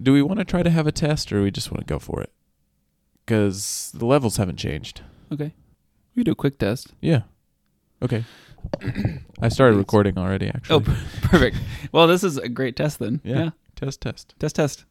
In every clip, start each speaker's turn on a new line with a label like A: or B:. A: Do we want to try to have a test, or we just want to go for it? Because the levels haven't changed.
B: Okay. We do a quick test.
A: Yeah. Okay. I started
B: Please.
A: recording already. Actually.
B: Oh, per- perfect. Well, this is a great test then.
A: Yeah.
B: Yeah.
A: Test. Test.
B: Test, test.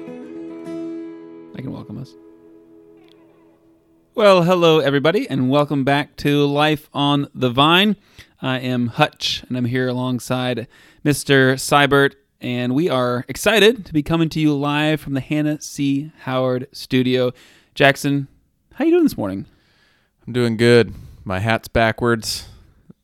B: I can welcome us. Well, hello, everybody, and welcome back to Life on the Vine. I am Hutch, and I'm here alongside Mr. Seibert, and we are excited to be coming to you live from the Hannah C. Howard studio. Jackson, how you doing this morning?
A: I'm doing good. My hat's backwards.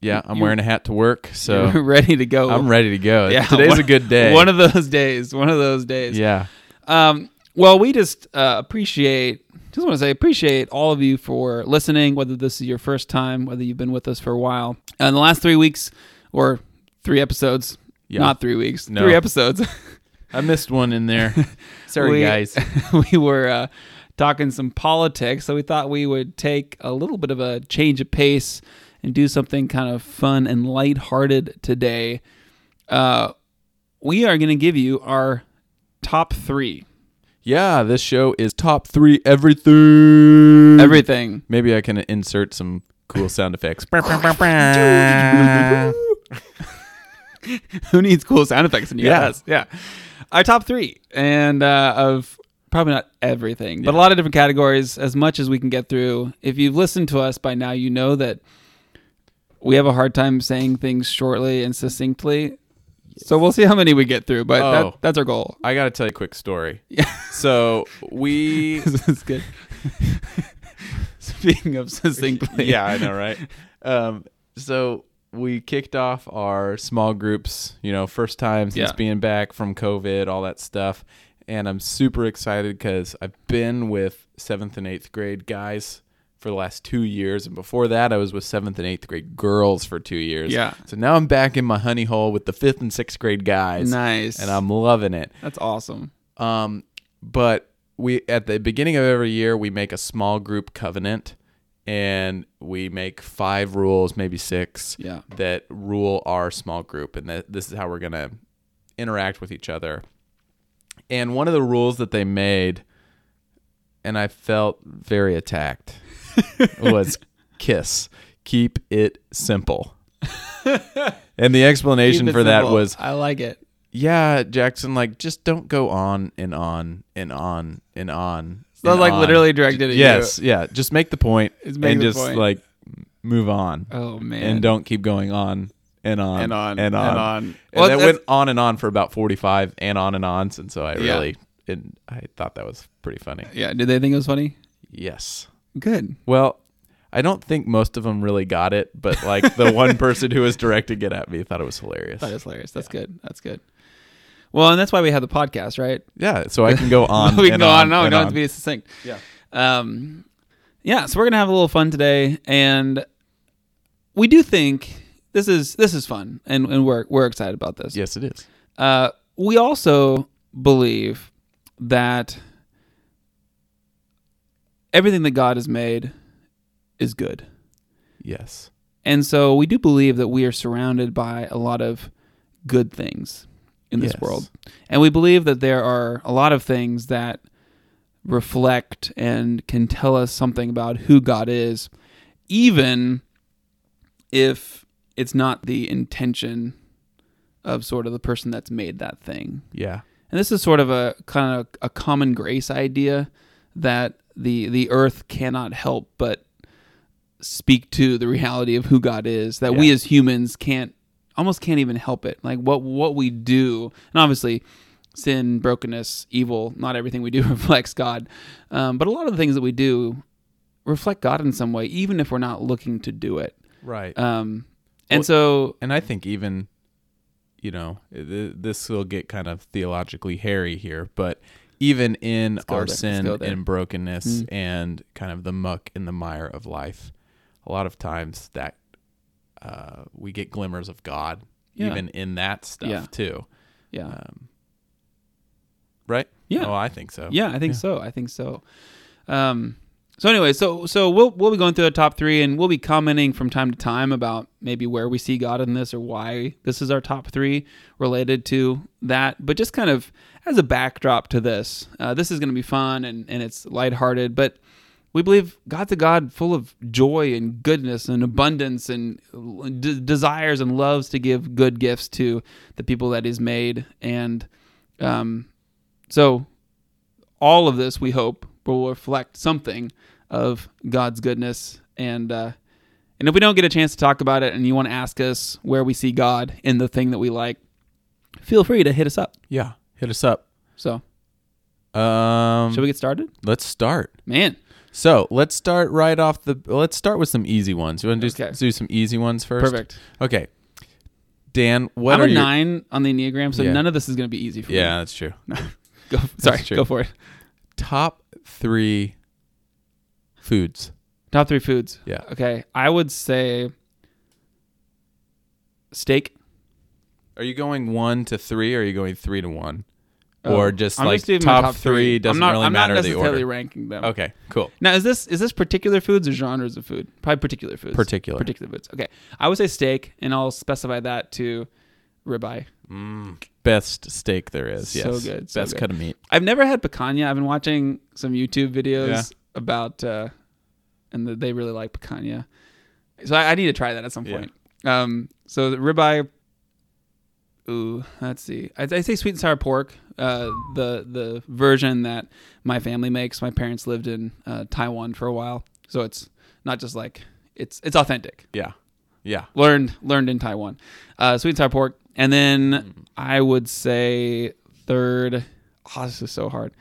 A: Yeah, I'm
B: You-
A: wearing a hat to work,
B: You're
A: so
B: ready to go.
A: I'm ready to go.
B: Yeah,
A: Today's
B: one-
A: a good day.
B: One of those days. One of those days.
A: yeah.
B: Um, well, we just uh, appreciate, just want to say, appreciate all of you for listening, whether this is your first time, whether you've been with us for a while. In the last three weeks, or three episodes,
A: Yeah.
B: not three weeks,
A: No.
B: three episodes,
A: I missed one in there. Sorry,
B: We-
A: guys.
B: we were uh, talking some politics. So we thought we would take a little bit of a change of pace and do something kind of fun and lighthearted today. Uh, we are going to give you our top three,
A: Yeah, this show is top three everything.
B: everything.
A: Maybe I can insert some cool sound effects.
B: Who needs cool sound effects in your
A: Yeah.
B: ass? Yeah. Our top three, and uh, of probably not everything, but a lot of different categories, as much as we can get through. If you've listened to us by now, you know that we have a hard time saying things shortly and succinctly. So we'll see how many we get through, but
A: Oh.
B: that, that's our goal.
A: I gotta tell you a quick story.
B: Yeah.
A: So we
B: this is good. Speaking of succinctly,
A: yeah, I know, right? Um, so we kicked off our small groups, you know, first time since
B: Yeah.
A: being back from COVID, all that stuff. And I'm super excited because I've been with seventh and eighth grade guys for the last two years. And before that, I was with seventh and eighth grade girls for two years.
B: Yeah.
A: So now I'm back in my honey hole with the fifth and sixth grade guys.
B: nice.
A: And I'm loving it.
B: that's awesome.
A: Um, but we at the beginning of every year we make a small group covenant, and we make five rules, maybe six,
B: Yeah.
A: that rule our small group, and that this is how we're gonna interact with each other. And one of the rules that they made, and I felt very attacked, was kiss. Keep it simple. and the explanation
B: Keep it
A: for that
B: simple.
A: was
B: I like it.
A: yeah, Jackson, like just don't go on and on and on and on.
B: So
A: and
B: like
A: on.
B: literally directed at
A: Yes, yeah. Just make the point
B: Just make
A: and
B: the
A: just
B: point.
A: like move on
B: you. Oh man.
A: and don't keep going on and on
B: and on
A: Um, and on.
B: on.
A: And
B: Well,
A: that
B: that's-
A: went on and on for about 45 and on and on. And so I
B: Yeah.
A: really, and I thought that was pretty funny.
B: yeah. Did they think it was funny?
A: Yes.
B: Good.
A: Well, I don't think most of them really got it, but like the one person who was directing it at me thought it was hilarious.
B: That is hilarious. That's good. That's good. Well, and that's why we have the podcast, right?
A: Yeah, so I can go on.
B: we
A: and
B: can go on.
A: on
B: No, we
A: and
B: don't have
A: on.
B: to be succinct.
A: Yeah.
B: Um, yeah. So we're gonna have a little fun today, and we do think this is this is fun, and and we're we're excited about this.
A: Yes, it is.
B: Uh, we also believe that everything that God has made is good.
A: Yes.
B: And so we do believe that we are surrounded by a lot of good things in this
A: Yes.
B: world. And we believe that there are a lot of things that reflect and can tell us something about who God is, even if it's not the intention of sort of the person that's made that thing.
A: Yeah.
B: And this is sort of a kind of a common grace idea that the the earth cannot help but speak to the reality of who God is. That we
A: Yeah.
B: as humans can't almost can't even help it. Like what what we do, and obviously sin, brokenness, evil. Not everything we do reflects God, um, but a lot of the things that we do reflect God in some way, even if we're not looking to do it.
A: Right.
B: Um, and
A: Well-
B: so
A: Uh, and I think even, you know, th- this will get kind of theologically hairy here, but even in
B: go
A: our
B: there. Let's
A: sin
B: go there. Hmm.
A: and brokenness and kind of the muck and the mire of life, a lot of times that uh, we get glimmers of God
B: Yeah.
A: even in that stuff
B: Yeah.
A: too.
B: Yeah.
A: Um, right?
B: Yeah.
A: Oh, I think so.
B: Yeah, I think so. I think so. Um, so anyway, so so we'll we'll be going through the top three, and we'll be commenting from time to time about maybe where we see God in this or why this is our top three related to that. But just kind of as a backdrop to this, uh, this is going to be fun and and it's lighthearted, but. We believe God's a God full of joy and goodness and abundance and d- desires and loves to give good gifts to the people that He's made. And um, so all of this, we hope, will reflect something of God's goodness. And uh, and if we don't get a chance to talk about it, and you want to ask us where we see God in the thing that we like, feel free to hit us up.
A: Yeah. Hit us up.
B: So,
A: Um,
B: should we get started?
A: let's start.
B: Man,
A: So let's start right off the. Let's start with some easy ones. You want to do,
B: Okay.
A: do some easy ones first?
B: perfect.
A: Okay. Dan, what
B: I'm
A: are
B: a
A: your?
B: nine on the enneagram, so
A: Yeah.
B: none of this is going to be easy for me.
A: Yeah, that's true.
B: Go, sorry,
A: true.
B: go for it.
A: Top three foods.
B: Top three foods.
A: Yeah.
B: Okay, I would say steak.
A: Are you going one to three, or are you going three to one,
B: Oh,
A: or just
B: I'm
A: like
B: doing my
A: top, three? Doesn't
B: I'm not,
A: really
B: I'm
A: matter
B: not
A: the
B: necessarily
A: order.
B: ranking them.
A: Okay, cool.
B: Now, is this is this particular foods or genres of food? Probably particular foods.
A: Particular.
B: Particular foods. Okay, I would say steak, and I'll specify that to ribeye.
A: Mm, best steak there is. Yes.
B: So good, so
A: best
B: good.
A: cut of meat.
B: I've never had picanha. I've been watching some YouTube videos
A: Yeah.
B: about, uh, and that they really like picanha. So I, I need to try that at some
A: Yeah.
B: point. Um, so the ribeye. Ooh, let's see. I, I say sweet and sour pork. Uh, the the version that my family makes. My parents lived in uh, Taiwan for a while, so it's not just like it's it's authentic.
A: Yeah. Yeah.
B: Learned learned in Taiwan. Uh, sweet and sour pork, and then
A: Mm-hmm.
B: I would say third. Oh, this is so hard.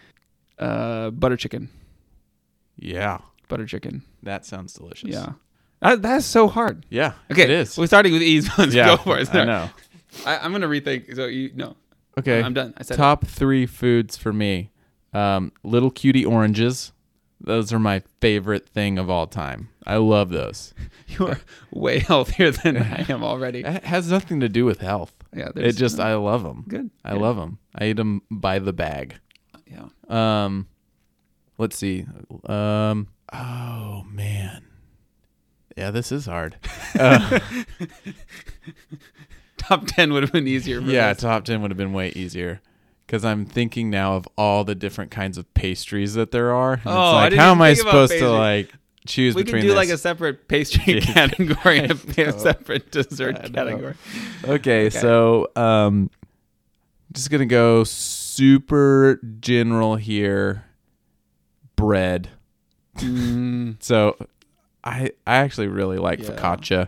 B: Uh, butter chicken.
A: Yeah.
B: Butter chicken.
A: That sounds delicious.
B: Yeah. That, that's so hard.
A: Yeah.
B: Okay,
A: It is.
B: We're starting with ease. Let's
A: yeah.
B: go for it.
A: I know.
B: I, I'm gonna rethink. So you no.
A: Okay.
B: I'm done. I said it.
A: top three foods for me um, little cutie oranges those are my favorite thing of all time i love those
B: you are way healthier than I am already.
A: it has nothing to do with health
B: Yeah.
A: it just uh, i love them
B: good.
A: i love them i eat them by the bag
B: Yeah.
A: um let's see um oh man yeah this is hard Uh,
B: Top ten would have been easier. For
A: yeah
B: this.
A: top 10 would have been way easier because i'm thinking now of all the different kinds of pastries that there are and it's
B: Oh, I
A: like
B: didn't
A: how
B: even
A: am i
B: think about
A: supposed
B: pastry.
A: to like choose
B: We
A: between
B: can do
A: this?
B: like a separate pastry category and a separate dessert
A: I know.
B: category.
A: okay, so um just gonna go super general here bread
B: Mm,
A: so i i actually really like
B: Yeah.
A: focaccia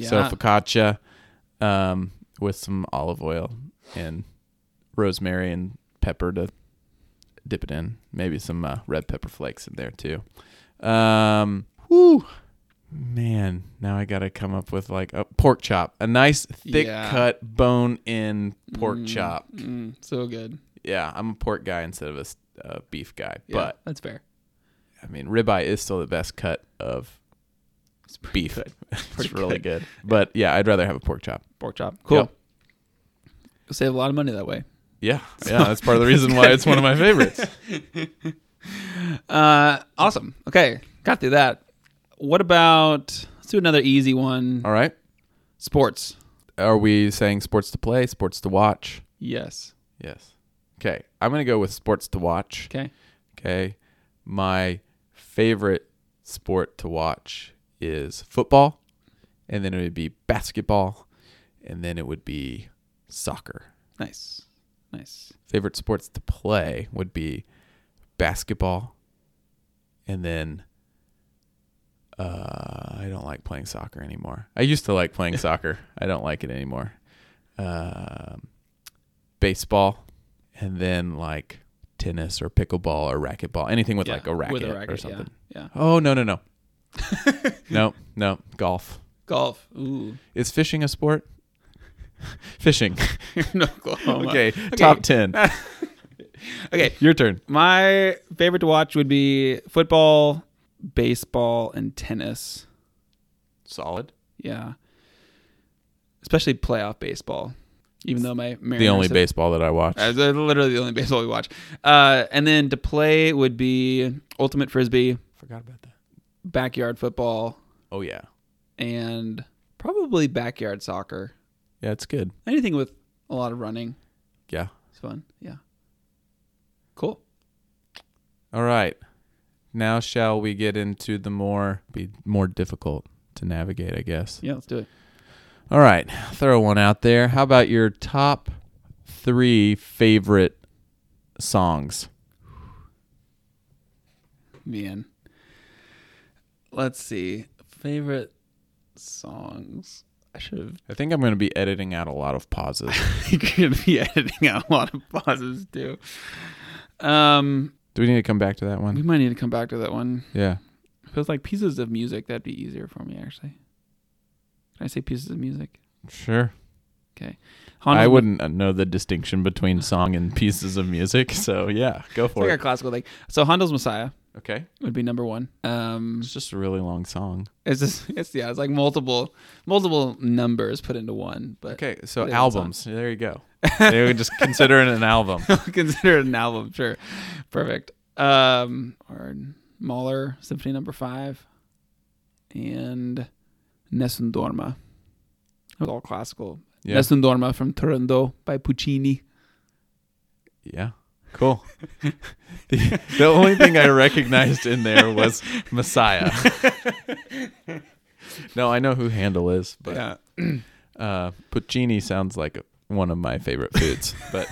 A: so
B: yeah.
A: focaccia um with some olive oil and rosemary and pepper to dip it in maybe some uh, red pepper flakes in there too um whew, man now i gotta come up with like a pork chop a nice thick
B: Yeah.
A: cut bone in pork chop
B: Mm, so good.
A: yeah i'm a pork guy instead of a s- uh, beef guy
B: Yeah,
A: but
B: that's fair.
A: i mean ribeye is still the best cut of
B: It's pretty
A: beef
B: good.
A: it's
B: Pretty
A: really good but yeah i'd rather have a pork chop
B: Pork chop. Cool. Save a lot of money that way.
A: Yeah, yeah, that's part of the reason why it's one of my favorites.
B: Uh, awesome. Okay, got through that. What about? Let's do another easy one.
A: All right,
B: Sports.
A: are we saying sports to play, sports to watch?
B: Yes.
A: Yes. Okay, I'm gonna go with sports to watch.
B: Okay.
A: Okay, my favorite sport to watch is football, and then it would be basketball, and then it would be soccer.
B: Nice. Nice.
A: Favorite sports to play would be basketball, and then. Uh, I don't like playing soccer anymore. I used to like playing soccer. I don't like it anymore. Um, baseball, and then like tennis or pickleball or racquetball, anything with
B: Yeah,
A: like a racket,
B: with
A: or
B: yeah,
A: something.
B: Yeah.
A: Oh no no no, no no golf.
B: Golf. Ooh.
A: Is fishing a sport? fishing.
B: no, Oklahoma.
A: okay, top ten.
B: Oh Okay,
A: Your turn.
B: my favorite to watch would be football, baseball, and tennis.
A: Solid.
B: Yeah, especially playoff baseball. Even though my Mariners
A: The only
B: have-
A: baseball that I watch.
B: Uh, they're literally the only baseball we watch. Uh, and then to play would be ultimate frisbee,
A: Forgot about that.
B: backyard football,
A: Oh yeah,
B: and probably backyard soccer.
A: yeah, it's good.
B: Anything with a lot of running
A: Yeah.
B: is fun. Yeah. Cool.
A: All right. Now shall we get into the more be more difficult to navigate, I guess.
B: Yeah, let's do it.
A: All right. Throw one out there. How about your top 3 favorite songs?
B: Man. Let's see. Favorite songs. I should have
A: I think I'm going to be editing out a lot of pauses.
B: you're gonna be editing out a lot of pauses too. Um
A: Do we need to come back to that
B: we
A: one?
B: might need to come back to that one.
A: Yeah.
B: If it was like pieces of music, that'd be easier for me actually. Can I say pieces of music?
A: Sure.
B: Handel's
A: I wouldn't uh, know the distinction between song and pieces of music, so yeah, go
B: it's like
A: for
B: a
A: it.
B: classical thing. So Handel's Messiah
A: Okay.
B: would be number one. Um
A: It's just a really long song.
B: it's just it's yeah, it's like multiple multiple numbers put into one. But
A: Okay, so
B: Yeah, that's on.
A: albums. There you go. they would just consider it an album.
B: consider it an album, sure. Perfect. Um or Mahler, Symphony number five and Nessun Dorma. It was all classical.
A: Yeah.
B: Nessun Dorma from Turandot by Puccini.
A: Yeah. Cool. the, the only thing I recognized in there was Messiah. no, I know who Handel is, but
B: yeah.
A: uh, Puccini sounds like one of my favorite foods. But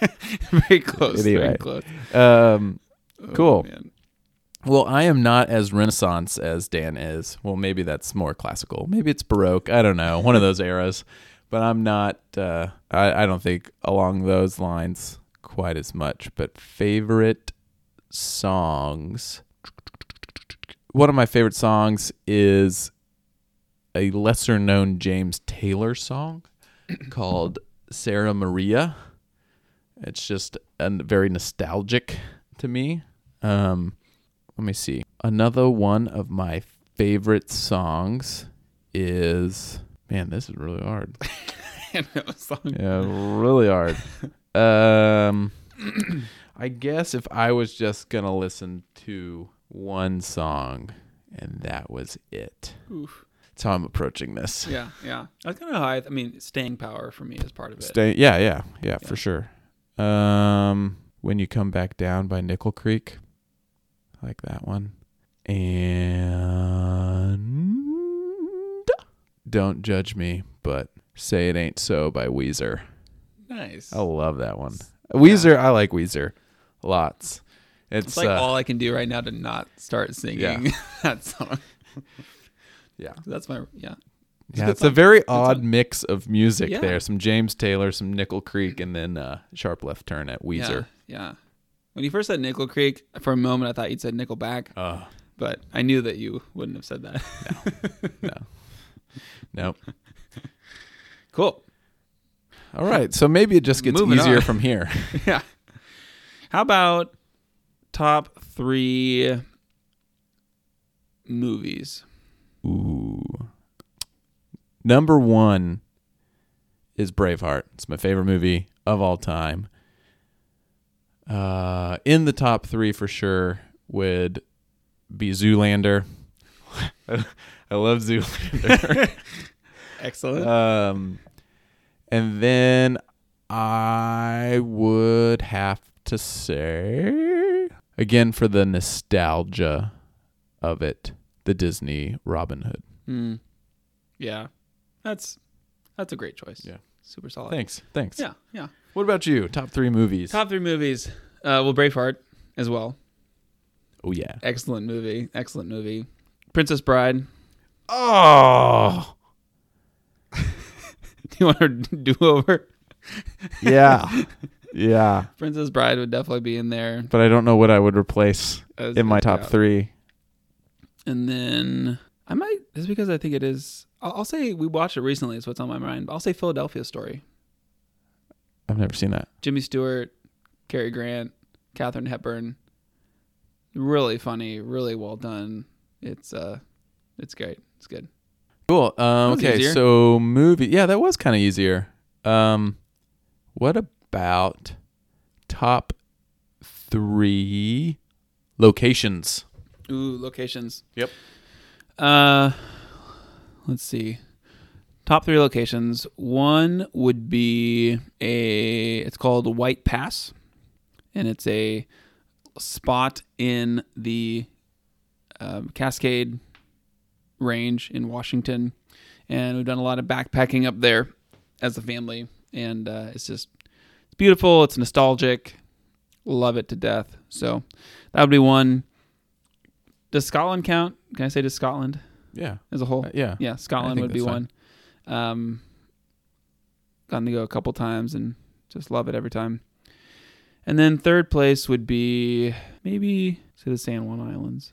B: very close. Very
A: Anyway.
B: close.
A: um,
B: Oh,
A: Cool.
B: man.
A: well, I am not as Renaissance as Dan is. Well, maybe that's more classical. Maybe it's Baroque. I don't know. One of those eras. But I'm not. Uh, I, I don't think along those lines quite as much. But favorite songs. One of my favorite songs is a lesser known James Taylor song called Sarah Maria. It's just a very nostalgic to me. Um, let me see. Another one of my favorite songs is man, this is really hard.
B: And that was song.
A: Yeah, really hard. Um, I guess if I was just gonna listen to one song and that was it,
B: Oof.
A: that's how I'm approaching this.
B: Yeah, yeah. That's kind of high. I mean, staying power for me is part of it.
A: Stay, yeah, yeah, yeah,
B: Yeah.
A: for sure. Um, when you come back down by Nickel Creek, I like that one, and don't judge me, but say it ain't so by Weezer.
B: nice.
A: I love that one. Weezer, I like Weezer, lots. It's,
B: it's like
A: uh,
B: all I can do right now to not start singing
A: Yeah.
B: that song.
A: yeah,
B: That's my yeah. a
A: yeah.
B: good
A: It's a
B: song.
A: very odd mix of music
B: Yeah.
A: there. Some James Taylor, some Nickel Creek, and then uh, sharp left turn at Weezer.
B: Yeah, yeah. When you first said Nickel Creek, for a moment I thought you'd said Nickelback,
A: Uh,
B: but I knew that you wouldn't have said that.
A: nope.
B: cool.
A: All right, so maybe it just gets
B: Moving
A: easier
B: on.
A: from here.
B: Yeah. How about top three movies?
A: Ooh. Number one is Braveheart. It's my favorite movie of all time. Uh, in the top three for sure would be Zoolander. I love Zoolander.
B: Excellent.
A: um, and then I would have to say, again, for the nostalgia of it, the Disney Robin Hood.
B: Hmm. Yeah, that's that's a great choice.
A: Yeah.
B: super solid.
A: Thanks. Thanks.
B: Yeah, yeah.
A: What about you? Top three movies.
B: Top three movies. Uh, well, Braveheart as well.
A: oh yeah.
B: Excellent movie. Excellent movie. Princess Bride.
A: Oh
B: Do you want her do over?
A: yeah, yeah.
B: Princess Bride would definitely be in there.
A: But I don't know what I would replace
B: as-
A: in my
B: as-
A: top
B: yeah.
A: three.
B: And then I might just because I think it is. I'll, I'll say we watched it recently, so it's on my mind. But I'll say Philadelphia Story.
A: I've never seen that.
B: Jimmy Stewart, Cary Grant, Katherine Hepburn. Really funny, really well done. It's uh, it's great. It's good.
A: Cool. Um,
B: was
A: okay,
B: easier.
A: so movie. Yeah, that was kind of easier. Um, what about top three locations?
B: Ooh, locations.
A: Yep.
B: Uh, let's see. Top three locations. One would be a. It's called White Pass, and it's a spot in the um, Cascade Range in Washington, and we've done a lot of backpacking up there as a family, and uh, it's just it's beautiful. It's nostalgic. Love it to death. So that would be one. Does Scotland count? Can I say does Scotland
A: Yeah.
B: as a whole?
A: Uh, yeah.
B: yeah, Scotland
A: think
B: would be
A: that's
B: one. Um, gotten to go a couple times and just love it every time. And then third place would be maybe say the San Juan Islands,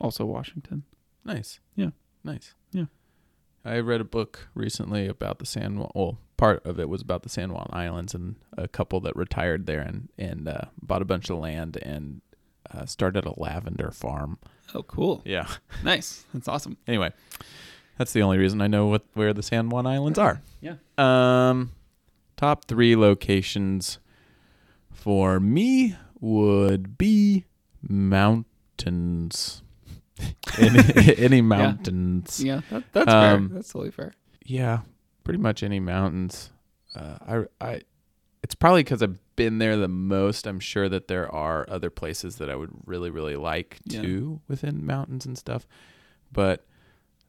B: also Washington.
A: Nice.
B: Yeah.
A: Nice.
B: Yeah.
A: I read a book recently about the San Juan. Well, part of it was about the San Juan Islands and a couple that retired there and and uh, bought a bunch of land and uh, started a lavender farm.
B: Oh, cool!
A: Yeah.
B: Nice, that's awesome.
A: Anyway, that's the only reason I know what where the San Juan Islands are.
B: Yeah.
A: Um, top three locations for me would be mountains. any, any mountains?
B: Yeah, that, that's
A: Um,
B: fair. That's totally fair.
A: Yeah, pretty much any mountains. Uh, I, I, it's probably because I've been there the most. I'm sure that there are other places that I would really, really like
B: Yeah.
A: too within mountains and stuff, but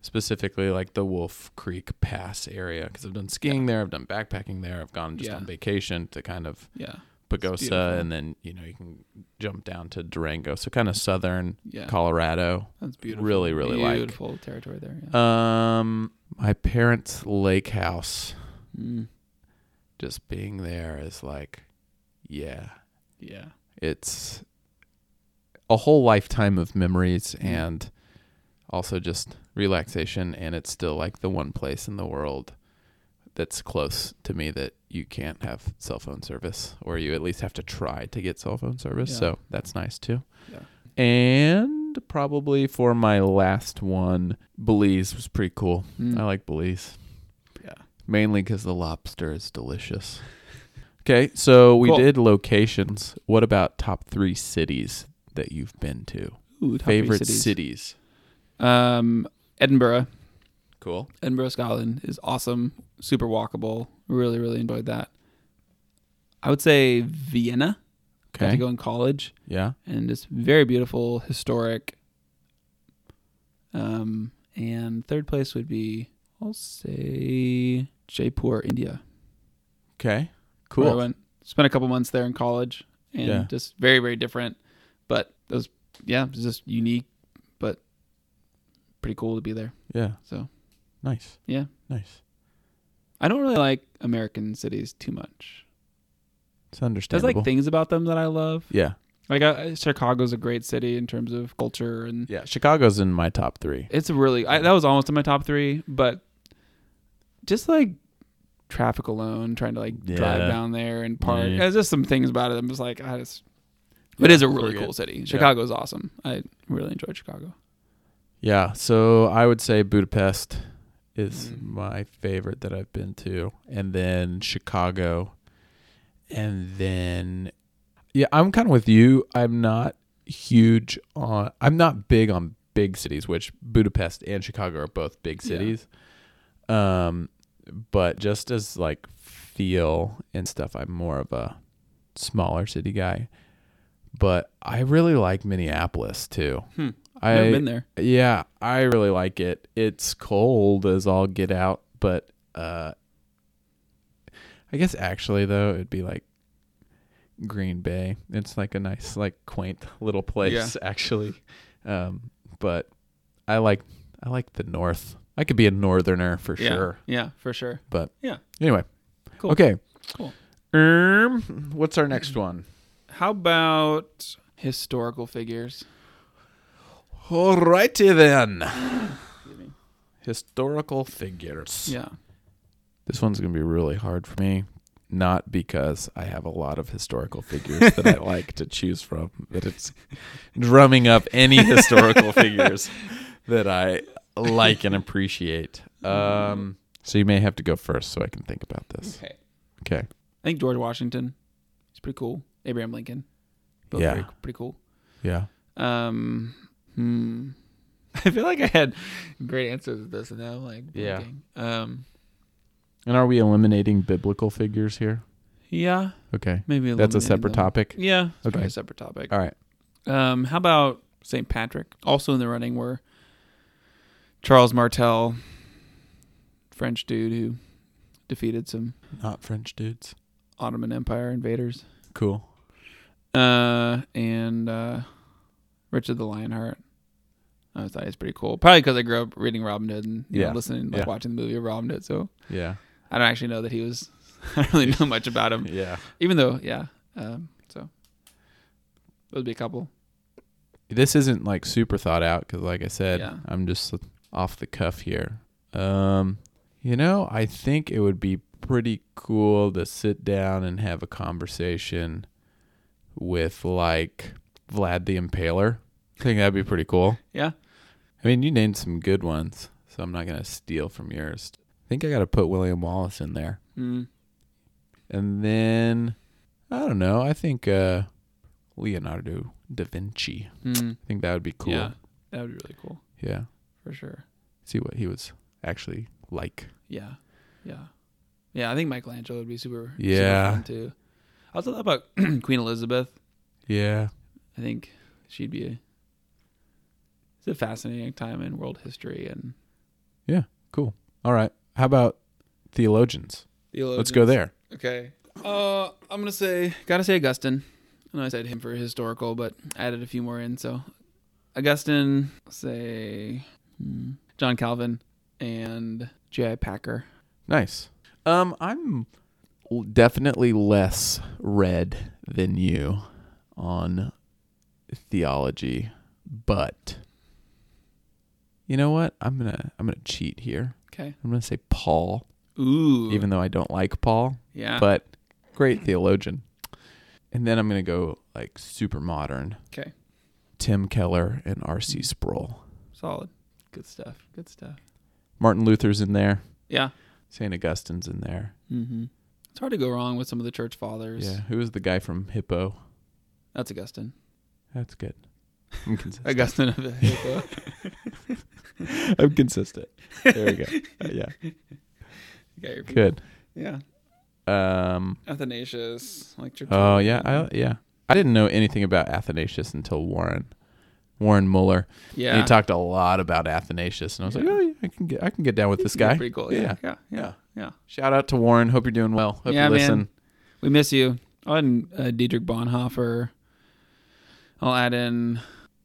A: specifically like the Wolf Creek Pass area because I've done skiing there, I've done backpacking there, I've gone just
B: Yeah.
A: on vacation to kind of
B: Yeah, beautiful.
A: Pagosa, and then you know you can jump down to Durango, so kind of southern
B: yeah,
A: Colorado.
B: that's beautiful.
A: really, really like.
B: beautiful territory there. Yeah.
A: Um, my parents' lake house
B: Mm,
A: just being there is like, yeah,
B: yeah,
A: it's a whole lifetime of memories
B: Mm.
A: and also just relaxation. And it's still like the one place in the world that's close to me that you can't have cell phone service, or you at least have to try to get cell phone service.
B: Yeah.
A: So that's nice too.
B: Yeah.
A: And probably for my last one, Belize was pretty cool.
B: Mm,
A: I like Belize.
B: Yeah.
A: Mainly because the lobster is delicious. okay, so we
B: Cool.
A: did locations. What about top three cities that you've been to?
B: Ooh, top three
A: Favorite
B: cities.
A: cities.
B: Um, Edinburgh.
A: Cool.
B: Edinburgh, Scotland is awesome, super walkable. Really, really enjoyed that. I would say Vienna. Got
A: Okay.
B: to go in college,
A: Yeah.
B: and it's very beautiful, historic. Um, and third place would be I'll say Jaipur, India.
A: Okay.
B: where I
A: Cool.
B: went, spent a couple months there in college, and
A: Yeah.
B: just very, very different. But it was yeah, it was just unique, but pretty cool to be there.
A: Yeah.
B: So
A: Nice.
B: Yeah.
A: Nice.
B: I don't really like American cities too much.
A: It's
B: There's
A: understandable.
B: like things about them that I love.
A: yeah.
B: Like I, Chicago's a great city in terms of culture, and
A: Yeah. Chicago's in my top three.
B: it's a really I, that was almost in my top three, but just like traffic alone, trying to like
A: Yeah.
B: drive down there and park.
A: Yeah.
B: There's just some things about it. I'm just like, I just. It is a really
A: forget-
B: cool city. Chicago's awesome. I really enjoyed Chicago.
A: Yeah. So I would say Budapest is
B: Mm.
A: my favorite that I've been to, and then Chicago, and then yeah, I'm kind of with you. I'm not huge on. I'm not big on big cities, which Budapest and Chicago are both big
B: Yeah.
A: cities. Um, but just as like feel and stuff, I'm more of a smaller city guy. But I really like Minneapolis too.
B: Hmm.
A: I
B: I've never been there.
A: yeah, I really like it. It's cold as all get out, but uh I guess actually though it'd be like Green Bay. It's like a nice like quaint little place actually. Um but I like I like the north. I could be a northerner for
B: Yeah.
A: sure.
B: Yeah, for sure.
A: But
B: Yeah.
A: Anyway.
B: Cool.
A: Okay.
B: Cool.
A: Um what's our next one?
B: How about historical figures?
A: Alrighty then. Historical figures.
B: Yeah.
A: This one's gonna be really hard for me not because I have a lot of historical figures that I like to choose from, but it's drumming up any historical figures that I like and appreciate. Um, so you may have to go first so I can think about this.
B: Okay.
A: Okay.
B: I think George Washington. He's pretty cool. Abraham Lincoln. Both
A: Yeah.
B: pretty, pretty cool.
A: Yeah.
B: Um, hmm. I feel like I had great answers to this, and now I'm like,
A: Yeah.
B: blanking. Um,
A: And are we eliminating biblical figures here?
B: yeah,
A: Okay.
B: maybe
A: That's a
B: eliminating
A: separate
B: them.
A: topic.
B: Yeah, it's
A: Okay.
B: probably a separate topic.
A: All right.
B: Um, how about St. Patrick? Also in the running were Charles Martel, French dude who defeated some
A: Not French dudes.
B: Ottoman Empire invaders,
A: Cool.
B: uh, and uh, Richard the Lionheart. I thought he was pretty cool. Probably because I grew up reading Robin Hood and you know,
A: Yeah.
B: listening, like
A: Yeah.
B: watching the movie of Robin Hood. So
A: Yeah.
B: I don't actually know that he was. I don't really know much about him,
A: Yeah.
B: even though, yeah. Um, so those would be a couple.
A: This isn't like super thought out because, like I said,
B: Yeah.
A: I'm just off the cuff here. Um, you know, I think it would be pretty cool to sit down and have a conversation with like Vlad the Impaler. I think that'd be pretty cool.
B: Yeah.
A: I mean, you named some good ones, so I'm not gonna steal from yours. I think I got to put William Wallace in there.
B: Mm.
A: And then I don't know. I think uh Leonardo da Vinci.
B: Mm.
A: I think that would be cool.
B: Yeah, that would be really cool
A: Yeah.
B: for sure.
A: See what he was actually like.
B: Yeah, yeah, yeah. I think Michelangelo would be super.
A: Yeah.
B: super fun too. I also thought about Queen Elizabeth.
A: Yeah.
B: I think she'd be. A, it's a fascinating time in world history and
A: Cool. All right. How about theologians? Let's go there.
B: Okay. Uh, I'm gonna say gotta say Augustine. I know I said him for historical, but added a few more in. So Augustine, say hmm, John Calvin, and J.I. Packer.
A: Nice. Um I'm l- definitely less read than you on theology, but you know what? I'm going to I'm going to cheat here.
B: Okay.
A: I'm going to say Paul,
B: Ooh.
A: even though I don't like Paul.
B: yeah.
A: but great theologian. And then I'm going to go like super modern.
B: Okay.
A: Tim Keller and R.C. Sproul.
B: solid. Good stuff. Good stuff.
A: Martin Luther's in there.
B: Yeah.
A: St. Augustine's in there.
B: Mm-hmm. It's hard to go wrong with some of the church fathers.
A: Yeah. Who was the guy from Hippo?
B: That's Augustine.
A: That's good. I'm consistent.
B: Augustine of Hippo.
A: I'm consistent. There we go. Uh, yeah.
B: Got your people.
A: Good.
B: Yeah.
A: Um,
B: Athanasius, like church.
A: oh, yeah. I, yeah. I didn't know anything about Athanasius until Warren. Warren Muller.
B: yeah.
A: And he talked a lot about Athanasius, and I was like,
B: Yeah.
A: "Oh, yeah, I can get, I can get down with this
B: Yeah,
A: guy."
B: Pretty cool.
A: Yeah.
B: Yeah. Yeah. Yeah.
A: Yeah.
B: yeah.
A: Shout out to Warren. Hope you're doing well. Hope
B: Yeah,
A: you
B: man.
A: listen.
B: We miss you. I'll add in uh, Dietrich Bonhoeffer. I'll add in.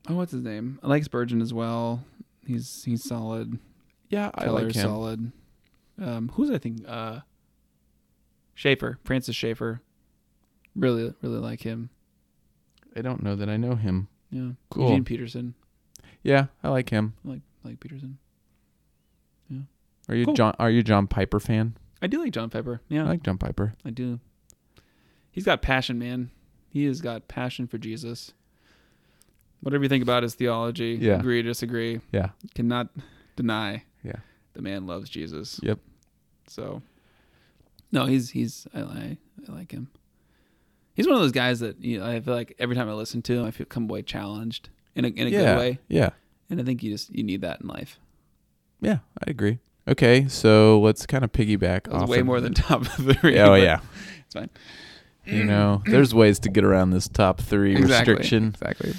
B: Oh, what's his name? I like Spurgeon as well. He's he's solid.
A: Yeah, I like
B: Keller's
A: him.
B: solid. Um, who's I think? Uh, Schaefer, Francis Schaefer. Really, really like him.
A: I don't know that I know him.
B: Yeah.
A: Cool.
B: Eugene Peterson.
A: Yeah, I like him.
B: I like I like Peterson.
A: Are you
B: Cool.
A: John? Are you a John Piper fan?
B: I do like John Pepper. Yeah,
A: I like John Piper.
B: I do. He's got passion, man. He has got passion for Jesus. Whatever you think about his theology,
A: Yeah.
B: agree, disagree,
A: Yeah,
B: cannot deny.
A: Yeah.
B: the man loves Jesus.
A: Yep.
B: So, no, he's he's I I, I like him. He's one of those guys that you know, I feel like every time I listen to him, I feel come away challenged in a in a
A: yeah,
B: good way,
A: yeah,
B: and I think you just you need that in life.
A: yeah. I agree. Okay, so let's kind of piggyback
B: That was
A: off
B: way
A: of-
B: more than top of the three.
A: Oh
B: but
A: yeah,
B: it's fine.
A: you know, there's ways to get around this top three
B: Exactly.
A: restriction.
B: Exactly.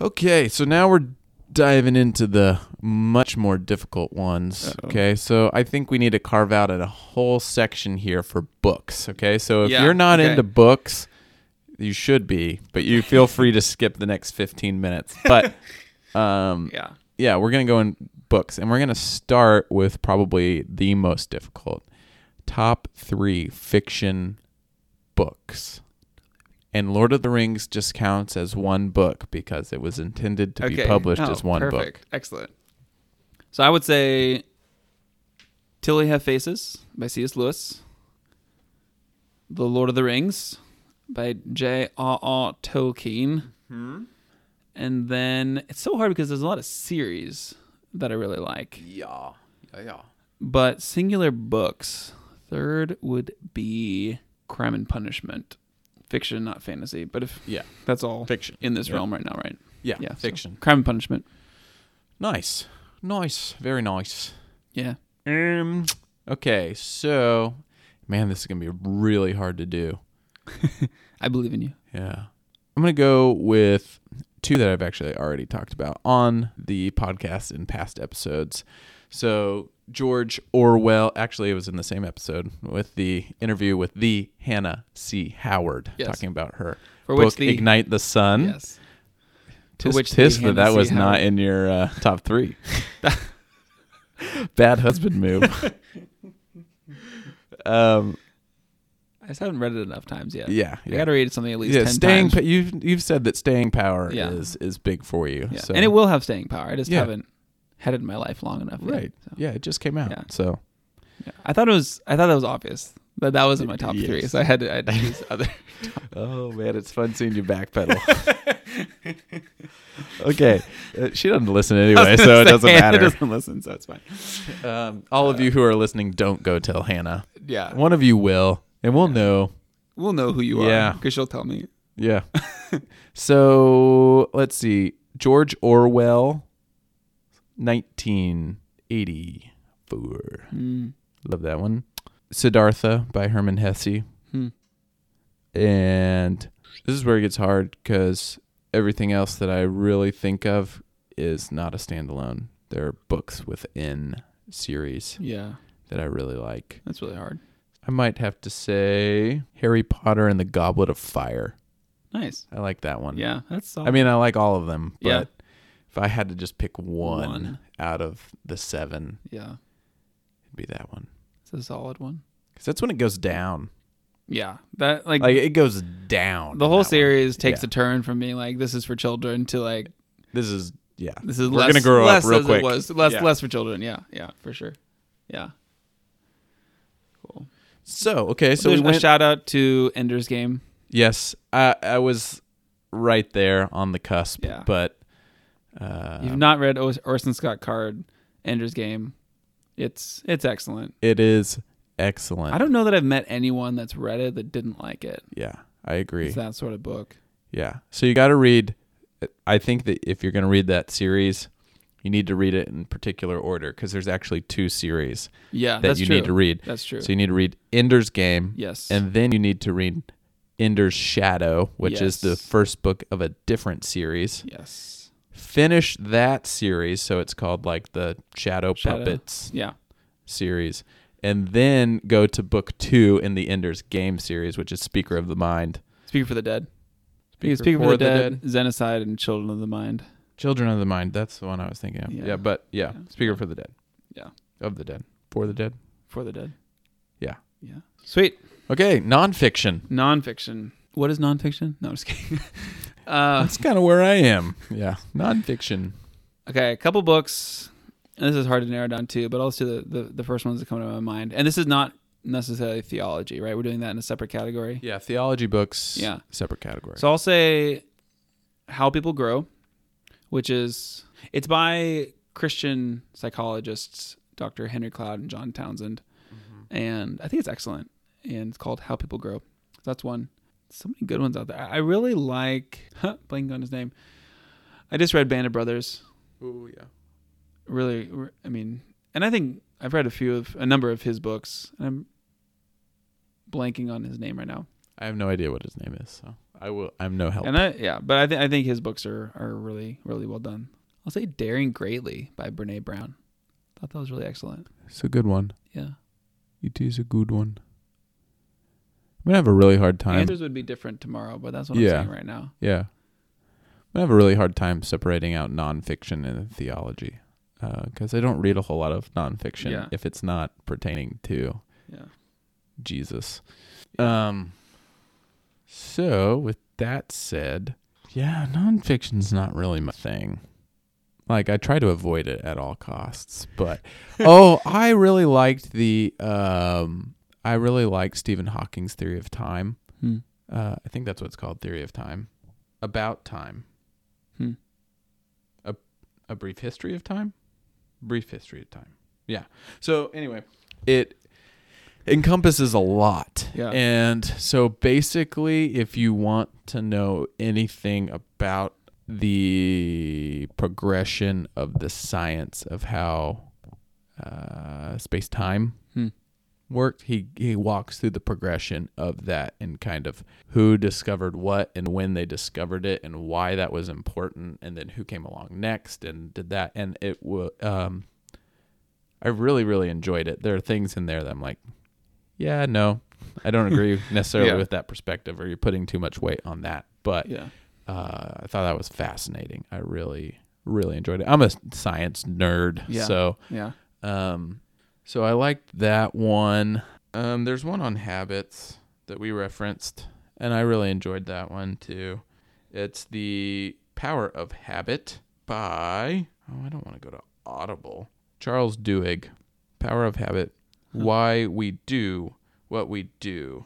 A: Okay, so now we're diving into the much more difficult ones.
B: Uh-oh.
A: Okay, so I think we need to carve out a whole section here for books. Okay, so if
B: Yeah,
A: you're not
B: okay.
A: into books, you should be, but you feel free to skip the next 15 minutes. But um,
B: Yeah.
A: yeah, we're going to go in books and we're going to start with probably the most difficult top three fiction books. And Lord of the Rings just counts as one book because it was intended to be published
B: Oh,
A: as one book.
B: perfect. Excellent. So I would say Tilly Have Faces by C.S. Lewis. The Lord of the Rings by J.R.R. Tolkien. And then it's so hard because there's a lot of series that I really like.
A: Yeah. Yeah. yeah.
B: But singular books, third would be Crime and Punishment. Fiction, not fantasy, but if
A: Yeah.
B: that's all
A: Fiction.
B: in this
A: Yeah.
B: realm right now, right?
A: Yeah.
B: Yeah, so-
A: Fiction.
B: Crime and Punishment.
A: Nice. Nice. Very nice.
B: Yeah.
A: Um, okay, so man, this is gonna be really hard to do.
B: I believe in you.
A: Yeah, I'm gonna go with two that I've actually already talked about on the podcast in past episodes. So George Orwell, actually, it was in the same episode with the interview with the Hannah C. Howard,
B: Yes.
A: talking about her
B: For
A: book
B: which the
A: "Ignite the Sun."
B: Yes.
A: Tis,
B: which the
A: tis that
B: Hannah
A: that
B: C.
A: was not
B: Howard-
A: in your uh, top three. Bad husband move. um,
B: I just haven't read it enough times yet.
A: yeah,
B: I
A: yeah.
B: gotta read something at least
A: yeah,
B: ten
A: staying.
B: times.
A: Pa- you've you've said that staying power
B: Yeah.
A: is is big for you.
B: yeah.
A: So.
B: And it will have staying power. I just
A: Yeah.
B: haven't had it in my life long enough. yet.
A: Right.
B: So,
A: Yeah, it just came out.
B: Yeah.
A: So
B: yeah. I thought it was I thought that was obvious. That that was in my top
A: Yes.
B: three. So I had to I had to choose other
A: Oh man, it's fun seeing you backpedal. okay, Uh, she doesn't listen anyway, so it doesn't
B: Hannah
A: matter.
B: doesn't listen, so it's fine.
A: Um, all
B: uh,
A: of you who are listening, don't go tell Hannah.
B: Yeah.
A: One of you will, and we'll know.
B: We'll know who you are.
A: Yeah.
B: Because she'll tell me.
A: Yeah. so let's see. George Orwell, 1984.
B: Mm.
A: Love that one. Siddhartha by Herman Hesse.
B: Hmm.
A: And this is where it gets hard because everything else that I really think of is not a standalone. There are books within series
B: Yeah.
A: that I really like.
B: That's really hard.
A: I might have to say Harry Potter and the Goblet of Fire.
B: Nice.
A: I like that one.
B: Yeah. That's solid.
A: I mean, I like all of them, but
B: Yeah.
A: if I had to just pick one,
B: One.
A: out of the seven,
B: Yeah.
A: it'd be that one.
B: It's a solid one.
A: Because that's when it goes down.
B: Yeah. That like,
A: Like, it goes down.
B: the
A: in
B: whole
A: that one.
B: series takes
A: Yeah.
B: a turn from being like this is for children to like
A: This is yeah.
B: this is
A: We're
B: less,
A: gonna grow up
B: less
A: real
B: as
A: quick.
B: It was less
A: Yeah.
B: less for children. Yeah. Yeah. For sure. Yeah. Cool.
A: So okay,
B: So
A: so we
B: a
A: went.
B: shout out to Ender's Game.
A: Yes, I I was right there on the cusp,
B: Yeah.
A: but uh,
B: You've not read Ors- Orson Scott Card, Ender's Game. It's it's excellent.
A: it is excellent.
B: I don't know that I've met anyone that's read it that didn't like it.
A: yeah, I agree.
B: It's that sort of book.
A: yeah, so you got to read. I think that if you're going to read that series, you need to read it in particular order because there's actually two series
B: Yeah,
A: that
B: that's
A: you
B: true.
A: need to read.
B: That's true.
A: So you need to read Ender's Game,
B: yes.
A: and then you need to read Ender's Shadow, which is the
B: Yes.
A: first book of a different series.
B: yes.
A: finish that series so it's called like the shadow,
B: Shadow.
A: puppets
B: Yeah.
A: series and then go to book two in the ender's game series which is speaker of the mind
B: Speaking for the dead. Speaking, Speaking for the, dead, Xenocide and Children of the Mind.
A: children of the mind that's the one i was thinking of yeah,
B: Yeah.
A: but yeah,
B: Yeah.
A: speaker for the dead
B: Yeah.
A: of the dead for the dead
B: For the dead.
A: Yeah.
B: Yeah. Sweet.
A: okay nonfiction
B: Nonfiction. What is nonfiction? No, I'm just kidding. uh,
A: that's kind of where i am yeah nonfiction
B: okay, a couple books. And this is hard to narrow down to, but I'll just do the, the, the first ones that come to my mind. And this is not necessarily theology, right? We're doing that in a separate category.
A: yeah theology books
B: Yeah.
A: separate category
B: So I'll say How People Grow, which is it's by Christian psychologists Dr. Henry Cloud and John Townsend.
A: Mm-hmm.
B: And I think it's excellent. And it's called How People Grow. So that's one. So many good ones out there. I I really like blanking on his name. I just read Band of Brothers.
A: Ooh, yeah
B: Really r- I mean, and I think I've read a few of a number of his books. And I'm blanking on his name right now.
A: i have no idea what his name is so i will i'm no help
B: And I yeah, but I think I think his books are are really really well done. I'll say Daring Greatly by Brene Brown. Thought that was really excellent.
A: it's a good one
B: Yeah.
A: It is a good one. I'm gonna have a really hard
B: The
A: time.
B: answers would be different tomorrow, but that's what
A: Yeah.
B: I'm saying right now.
A: yeah, I'm gonna have a really hard time separating out nonfiction and theology because I don't read a whole lot of nonfiction
B: Yeah.
A: if it's not pertaining to
B: Yeah.
A: Jesus. Um. So with that said, yeah, nonfiction's not really my thing. Like I try to avoid it at all costs, but oh, I really liked the um. I I really like Stephen Hawking's theory of time.
B: Hmm.
A: Uh, I think that's what it's called, theory of time. About time.
B: Hmm.
A: A a brief history of time. Brief history of time. Yeah. So anyway, it encompasses a lot.
B: Yeah.
A: And so basically, if you want to know anything about the progression of the science of how uh, space time
B: Hmm.
A: worked, he, he walks through the progression of that and kind of who discovered what and when they discovered it and why that was important and then who came along next and did that. And it will, um, I really, really enjoyed it. There are things in there that I'm like, yeah, no, I don't agree necessarily
B: Yeah.
A: with that perspective, or you're putting too much weight on that. But
B: Yeah.
A: uh, I thought that was fascinating. I really, really enjoyed it. I'm a science nerd,
B: Yeah.
A: so
B: Yeah.
A: um, so I liked that one. Um, there's one on habits that we referenced, and I really enjoyed that one too. It's the Power of Habit by oh, I don't want to go to Audible. Charles Duhigg, Power of Habit: Why We Do What We Do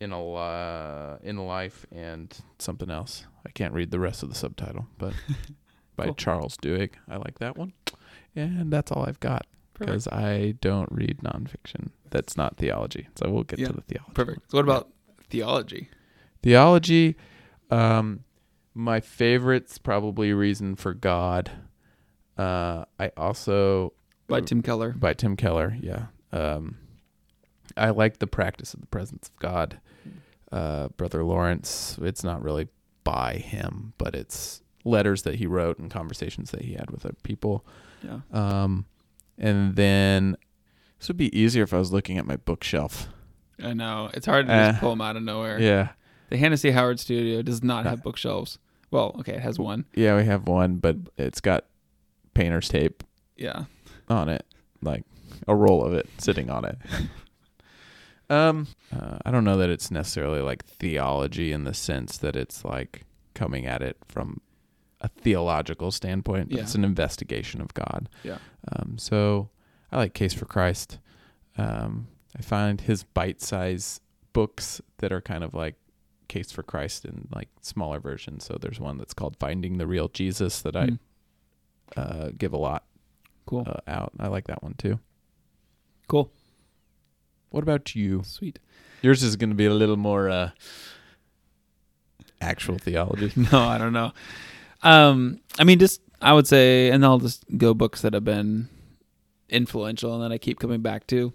A: in a li- in life and something else. I can't read the rest of the subtitle, but by
B: Cool.
A: Charles Duhigg. I like that one. And that's all I've got
B: Perfect.
A: because I don't read nonfiction. That's not theology. So we'll get
B: Yeah.
A: to the theology.
B: Perfect. So what about theology?
A: Theology, um, my favorite's probably Reason for God. Uh, I also
B: By
A: Uh,
B: Tim Keller.
A: by Tim Keller. Yeah. Um, I like the practice of the presence of God. Uh, Brother Lawrence, it's not really by him, but it's letters that he wrote and conversations that he had with other people.
B: Yeah.
A: Um, and then this would be easier if I was looking at my bookshelf.
B: I know. It's hard to just
A: Uh,
B: pull them out of nowhere.
A: Yeah.
B: The Hennessy Howard Studio does not
A: Uh,
B: have bookshelves. Well, okay, it has one.
A: Yeah, we have one, but it's got painter's tape
B: Yeah.
A: on it, like a roll of it sitting on it. um, uh, I don't know that it's necessarily like theology in the sense that it's like coming at it from a theological standpoint. But
B: Yeah.
A: It's an investigation of God.
B: Yeah.
A: Um, so I like Case for Christ. Um, I find his bite size books that are kind of like Case for Christ in like smaller versions. So there's one that's called Finding the Real Jesus that I
B: Mm.
A: uh, give a lot
B: Cool.
A: uh, out. I like that one too.
B: Cool.
A: What about you?
B: Sweet.
A: Yours is going to be a little more uh, actual theology.
B: No, I don't know. Um, I mean, just I would say, and I'll just go books that have been influential and that I keep coming back to.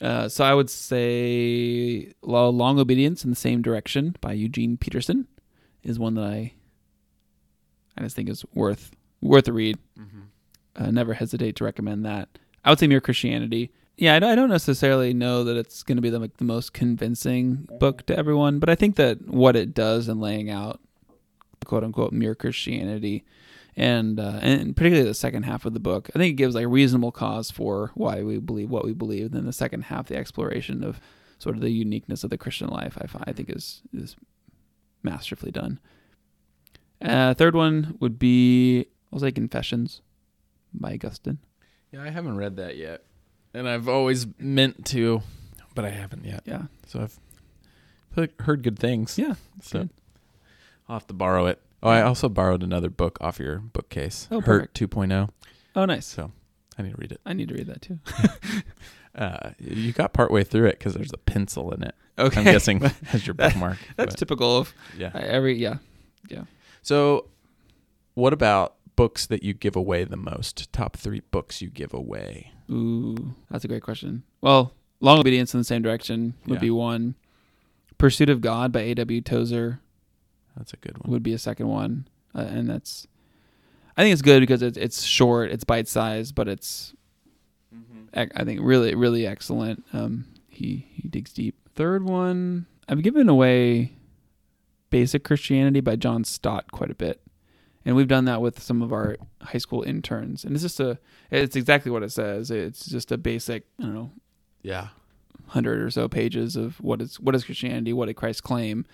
B: Uh, so I would say Lo- Long Obedience in the Same Direction by Eugene Peterson is one that I I just think is worth worth a read. Uh, never hesitate to recommend that. I would say Mere Christianity. Yeah, I don't, I don't necessarily know that it's going to be the, like, the most convincing book to everyone, but I think that what it does in laying out quote unquote mere Christianity, and uh, and particularly the second half of the book, I think it gives like reasonable cause for why we believe what we believe. And then the second half, the exploration of sort of the uniqueness of the Christian life, I, fi- I think is is masterfully done. Uh, third one would be I'll say Confessions by Augustine.
A: Yeah, I haven't read that yet, and I've always meant to, but I haven't yet.
B: Yeah,
A: So I've he- heard good things.
B: yeah.
A: so
B: good.
A: I'll have to borrow it. Oh, I also borrowed another book off your bookcase.
B: Oh,
A: Hurt 2.0.
B: Oh, nice.
A: I need to read it.
B: I need to read that too.
A: Uh, you got partway through it because there's a pencil in it.
B: Okay,
A: I'm guessing as your
B: That-
A: bookmark.
B: that's
A: but-
B: typical of
A: yeah.
B: every yeah.
A: So, what about books that you give away the most? Top three books you give away.
B: Ooh, that's a great question. Well, Long Obedience in the Same Direction would
A: Yeah.
B: be one. Pursuit of God by A.W. Tozer
A: That's a good one.
B: would be a second one. Uh, and that's, I think it's good because it's, it's short, it's bite sized, but it's, ec- I think, really, really excellent. Um, he, he digs deep. Third one, I've given away Basic Christianity by John Stott quite a bit. And we've done that with some of our high school interns. And it's just a, it's exactly what it says. It's just a basic, I don't know,
A: Yeah.
B: hundred or so pages of what is what is Christianity, what did Christ claim,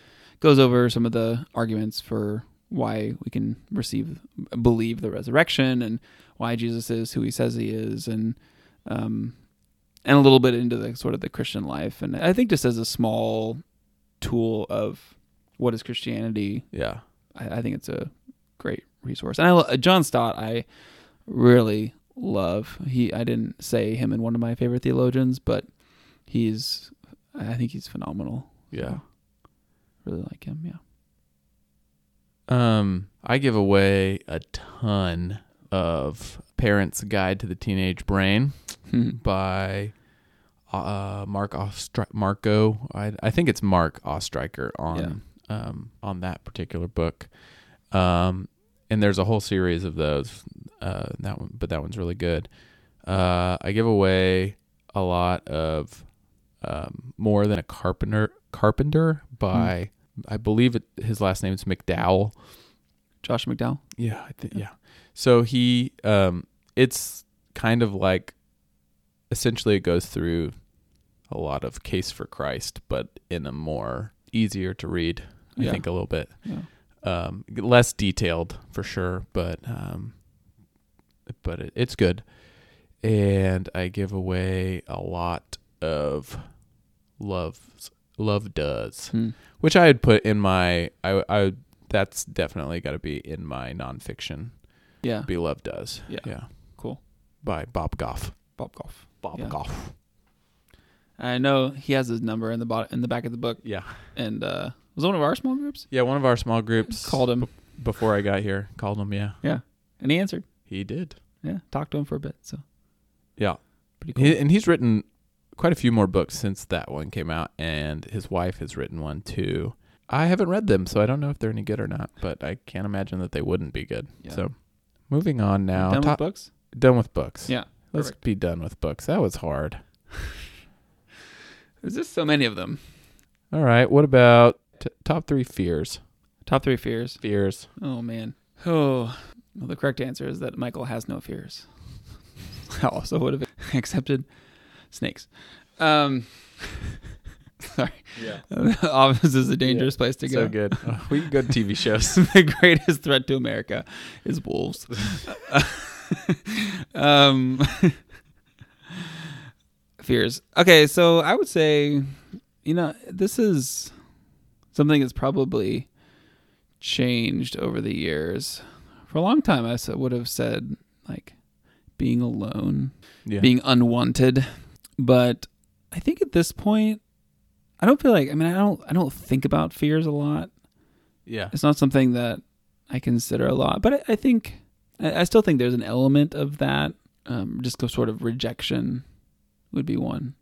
B: goes over some of the arguments for why we can receive believe the resurrection and why Jesus is who he says he is and um, and a little bit into the sort of the Christian life. And I think just as a small tool of what is Christianity,
A: Yeah.
B: I, I think it's a great resource. And I, lo- John Stott, I really love. He, I didn't say him and one of my favorite theologians, but he's, I think he's phenomenal.
A: Yeah.
B: Really like him. Yeah.
A: Um, I give away a ton of Parents' Guide to the Teenage Brain
B: Hmm.
A: by uh, Mark Ostri- Marco. I, I think it's Mark Ostreicher on um, on that particular book. Um, and there's a whole series of those. Uh, that one, but that one's really good. Uh, I give away a lot of um, more than a carpenter. Carpenter by I believe it, his last name is McDowell.
B: Josh McDowell.
A: Yeah, I think yeah. So he um it's kind of like essentially it goes through a lot of case for Christ, but in a more easier to read, I
B: Yeah.
A: think a little bit.
B: Yeah.
A: Um less detailed for sure, but um but it, it's good. And I give away a lot of love love does
B: Hmm.
A: which I would put in my I I that's definitely got to be in my nonfiction.
B: Yeah.
A: Beloved does
B: Yeah.
A: yeah
B: Cool.
A: by Bob Goff.
B: Bob Goff.
A: Bob
B: Yeah.
A: Goff.
B: I know he has his number in the bot in the back of the book,
A: Yeah,
B: and uh, was it one of our small groups
A: yeah. One of our small groups
B: called him,
A: before I got here. Called him. Yeah,
B: and he answered.
A: he did.
B: Yeah, talked to him for a bit. So
A: Yeah,
B: pretty cool.
A: he, and he's written quite a few more books since that one came out, and his wife has written one too. I haven't read them, so I don't know if they're any good or not. But I can't imagine that they wouldn't be good.
B: Yeah.
A: So, moving on now.
B: Done with
A: Top-
B: books.
A: done with books.
B: Yeah,
A: Let's
B: perfect.
A: be done with books. That was hard.
B: There's just so many of them.
A: All right. What about t- top three fears?
B: Top three fears.
A: Fears.
B: Oh man. Oh, well, the correct answer is that Michael has no fears. I also would have accepted snakes. Um, sorry.
A: Yeah.
B: The office is a dangerous place to go.
A: So good. we can go to TV shows.
B: the greatest threat to America is wolves. um, fears. Okay, so I would say, you know, this is something that's probably changed over the years. For a long time, I s- would have said like being alone,
A: Yeah.
B: being unwanted, but I think at this point, I don't feel like. I mean, I don't. I don't think about fears a lot
A: yeah.
B: it's not something that I consider a lot, but I, I think I, I still think there's an element of that. Um, just go sort of rejection would be one.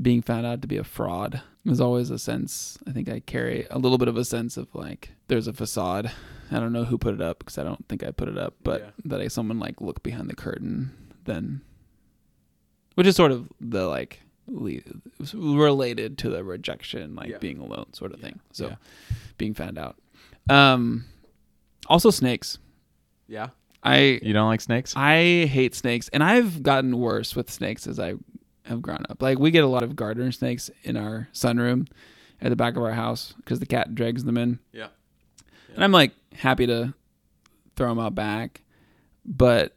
B: Being found out to be a fraud. There's always a sense. I think I carry a little bit of a sense of like there's a facade. I don't know who put it up because I don't think I put it up, but
A: Yeah.
B: that I, someone like looked behind the curtain then, which is sort of the like le- related to the rejection, like
A: Yeah.
B: being alone, sort of thing. So
A: Yeah.
B: being found out. Um, also snakes.
A: Yeah.
B: I
A: You don't like snakes?
B: I hate snakes, and I've gotten worse with snakes as I have grown up. Like we get a lot of gardener snakes in our sunroom at the back of our house because the cat drags them in,
A: Yeah.
B: and I'm like happy to throw them out back, but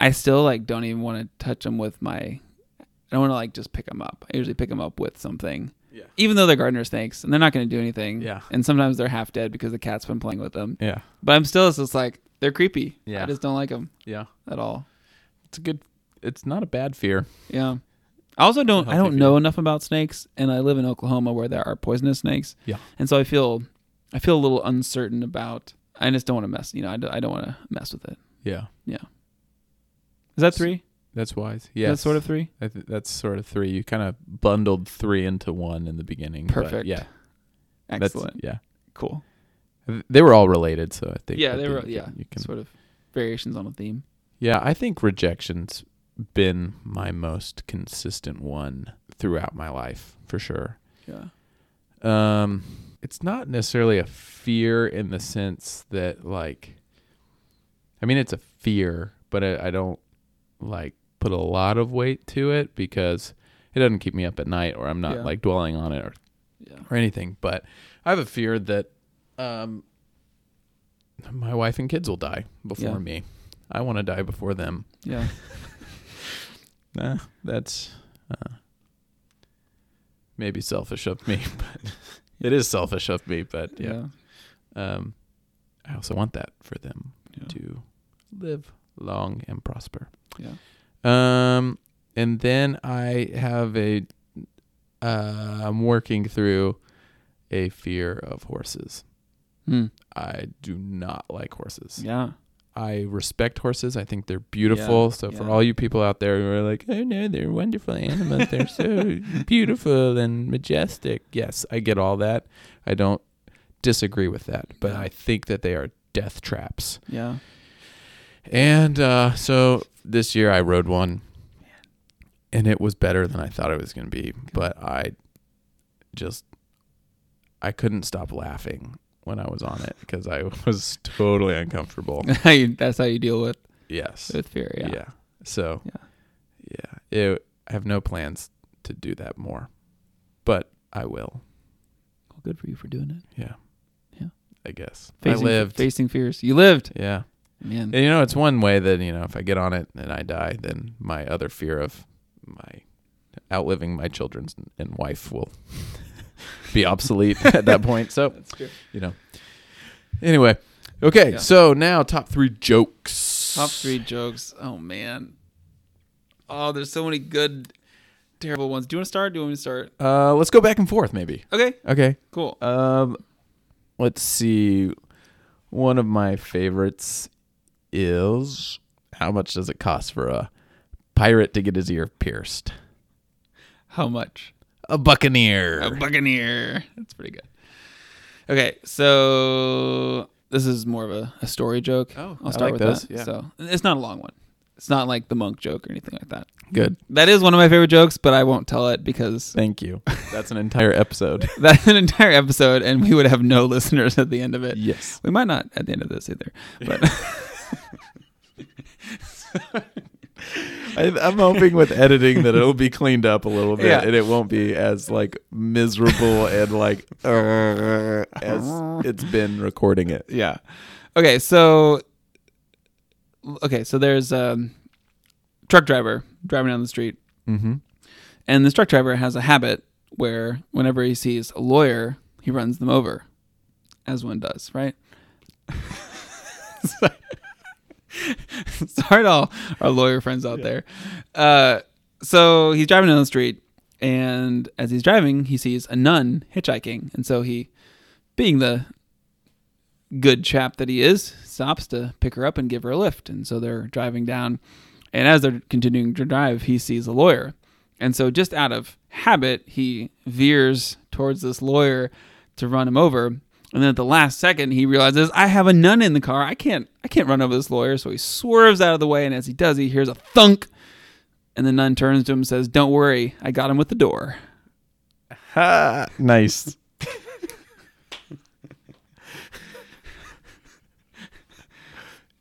B: I still like don't even want to touch them with my. I don't want to like just pick them up. I usually pick them up with something
A: Yeah.
B: even though they're gardener snakes and they're not going to do anything.
A: Yeah.
B: And sometimes they're half dead because the cat's been playing with them.
A: Yeah.
B: But I'm still it's just like they're creepy.
A: Yeah.
B: I just don't like them
A: Yeah.
B: at all.
A: It's a good. It's not a bad fear.
B: Yeah. I also don't I
A: Healthy
B: don't know enough about snakes and I live in Oklahoma where there are poisonous snakes.
A: Yeah.
B: And so I feel I feel a little uncertain about I just don't want to mess, you know, I don't, I don't want to mess with it.
A: Yeah.
B: Is that 3?
A: That's wise.
B: Yeah.
A: Yeah.
B: That's sort of 3.
A: I th- that's sort of three. You kind of bundled three into one in the beginning. but
B: Perfect.
A: yeah. That's,
B: Excellent.
A: yeah.
B: cool.
A: They were all related, so I think.
B: Yeah,
A: I
B: they
A: think
B: were
A: you
B: yeah,
A: can- you can
B: sort of variations on a theme.
A: Yeah, I think rejection's been my most consistent one throughout my life, for sure.
B: Yeah.
A: Um it's not necessarily a fear in the sense that like I mean it's a fear, but I, I don't like put a lot of weight to it because it doesn't keep me up at night or I'm not
B: Yeah.
A: like dwelling on it or
B: Yeah.
A: or anything, but I have a fear that um, my wife and kids will die before
B: Yeah.
A: me. I want to die before them.
B: Yeah.
A: Nah, that's uh, maybe selfish of me, but it is selfish of me. But yeah, Um, I also want that for them
B: Yeah.
A: to live long and prosper.
B: Yeah.
A: Um, and then I have a. Uh, I'm working through a fear of horses.
B: Hmm.
A: I do not like horses.
B: Yeah.
A: I respect horses. I think they're beautiful.
B: Yeah,
A: so for
B: yeah.
A: all you people out there who are like, "Oh no, they're wonderful animals. They're so beautiful and majestic." Yes, I get all that. I don't disagree with that, but
B: Yeah.
A: I think that they are death traps.
B: Yeah.
A: And uh, so this year I rode one, and it was better than I thought it was going to be. But I just I couldn't stop laughing when I was on it because I was totally uncomfortable.
B: How you- That's how you deal with
A: yes.
B: with fear.
A: Oh. Yeah.
B: Yeah.
A: So
B: Yeah.
A: yeah, it, I have no plans to do that more, but I will.
B: Well, good for you for doing it.
A: Yeah.
B: Yeah.
A: I guess
B: Facing,
A: I lived.
B: Facing fears. You lived.
A: yeah.
B: Man.
A: And you know, it's one way that you know if I get on it and I die, then my other fear of my outliving my children and wife will be obsolete at that point. So
B: That's true.
A: you know. Anyway, okay.
B: Yeah.
A: So now top three jokes.
B: Top three jokes. Oh man. Oh, there's so many good, terrible ones. Do you want to start? Do you want me to start?
A: Uh, let's go back and forth, maybe.
B: Okay.
A: Okay.
B: Cool.
A: Um, let's see. One of my favorites is how much does it cost for a pirate to get his ear pierced?
B: How much?
A: A buccaneer.
B: A buccaneer. That's pretty good. Okay, so this is more of a, a story joke.
A: Oh, I
B: I'll
A: like
B: start with
A: those,
B: that.
A: yeah.
B: So it's not a long one. It's not like the monk joke or anything like that.
A: Good.
B: That is one of my favorite jokes, but I won't tell it because
A: Thank you. That's an entire episode.
B: that's an entire episode, and we would have no listeners at the end of it.
A: yes.
B: We might not at the end of this either.
A: I, I'm hoping with editing that it'll be cleaned up a little bit
B: Yeah.
A: and it won't be as like miserable and like uh, as it's been recording it.
B: yeah. Okay, so okay, so there's um truck driver driving down the street,
A: Mm-hmm.
B: and this truck driver has a habit where whenever he sees a lawyer, he runs them over, as one does, right? Sorry to all our lawyer friends out there. Uh, so he's driving down the street, and as he's driving, he sees a nun hitchhiking, and so he, being the good chap that he is, stops to pick her up and give her a lift. And so they're driving down, and as they're continuing to drive, he sees a lawyer, and so just out of habit, he veers towards this lawyer to run him over. And then at the last second, he realizes I have a nun in the car. I can't, I can't run over this lawyer. So he swerves out of the way, and as he does, he hears a thunk. And the nun turns to him and says, "Don't worry, I got him with the door."
A: Ha! Nice.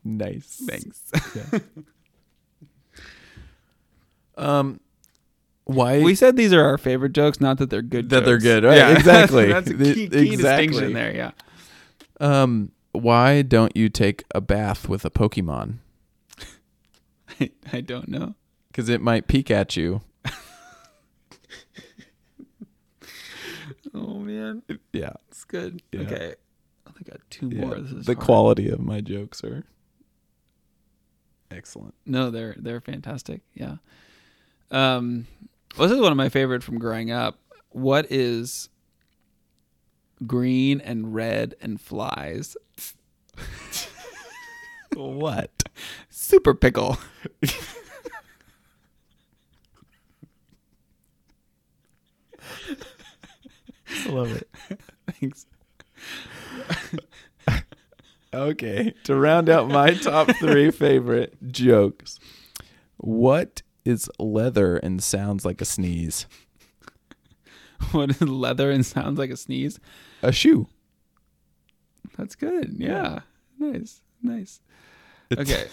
A: nice.
B: Thanks.
A: Um, why
B: we said these are our favorite jokes, not that they're good.
A: that they're
B: jokes.
A: good? Right, exactly.
B: That's a
A: The-
B: key, key
A: exactly.
B: distinction there. Yeah.
A: Um, why don't you take a bath with a Pokemon?
B: I, I don't know.
A: Because it might peek at you.
B: Oh man,
A: Yeah.
B: it's good.
A: Yeah.
B: Okay, I think I got two more. This is
A: the
B: hard.
A: quality of my jokes are excellent.
B: No, they're they're fantastic. Yeah. Um, well, this is one of my favorite from growing up. What is green and red and flies?
A: What?
B: Super pickle.
A: I love it.
B: Thanks.
A: Okay. To round out my top three favorite jokes, what is leather and sounds like a sneeze?
B: What is leather and sounds like a sneeze?
A: A shoe.
B: That's good. Yeah. Nice. Nice. Okay.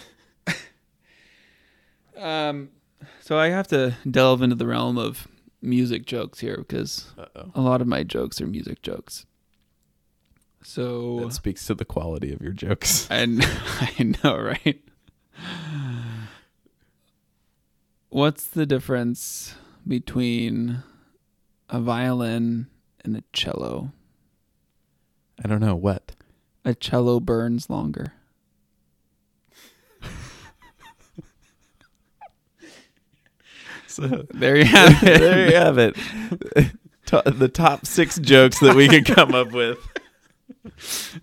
B: um, so I have to delve into the realm of music jokes here because
A: Uh-oh.
B: a lot of my jokes are music jokes. So
A: That speaks to the quality of your jokes.
B: I kn- I know, right? What's the difference between a violin, and a cello.
A: I don't know what.
B: A cello burns longer.
A: So
B: There you have it.
A: there you have it. To- the top six jokes that we could come up with.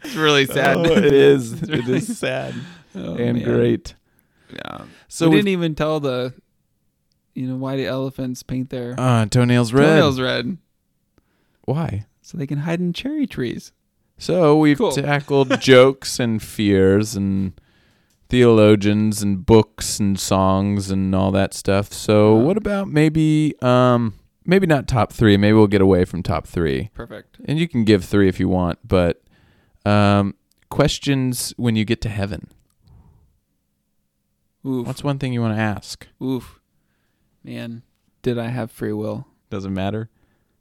B: It's really sad.
A: Oh, it is. It is sad
B: Oh,
A: and
B: man.
A: great.
B: Yeah.
A: So
B: we
A: we
B: didn't even tell the, you know, why do elephants paint their
A: uh, toenails red.
B: e- toenails red?
A: Why?
B: So they can hide in cherry trees.
A: So we've
B: Cool.
A: tackled jokes and fears and theologians and books and songs and all that stuff. So
B: Um,
A: what about maybe um maybe not top 3, maybe we'll get away from top 3.
B: Perfect.
A: And you can give 3 if you want, but um questions when you get to heaven.
B: Oof.
A: What's one thing you want to ask?
B: Oof. Man, did I have free will?
A: Doesn't matter.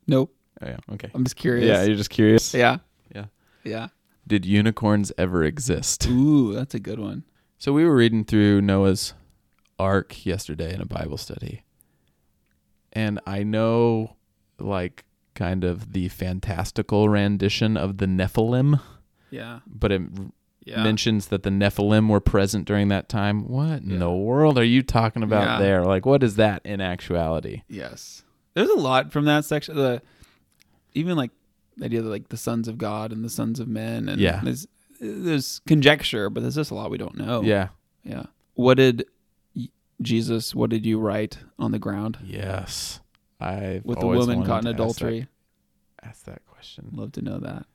B: Nope.
A: Oh yeah, okay.
B: I'm just curious.
A: Yeah, you're just curious.
B: Yeah.
A: Yeah.
B: Yeah.
A: Did unicorns ever exist?
B: Ooh, that's a good one.
A: So we were reading through Noah's Ark yesterday in a Bible study. And I know like kind of the fantastical rendition of the Nephilim,
B: Yeah.
A: but it
B: Yeah.
A: mentions that the Nephilim were present during that time. What in
B: Yeah.
A: the world are you talking about
B: Yeah.
A: there? Like what is that in actuality?
B: yes. There's a lot from that section. The even like the idea that like the sons of God and the sons of men and
A: Yeah.
B: there's, there's conjecture, but there's just a lot we don't know.
A: Yeah.
B: Yeah. What did y- Jesus? What did you write on the ground
A: Yes. I
B: with the woman caught in adultery?
A: Ask that question.
B: Love to know that.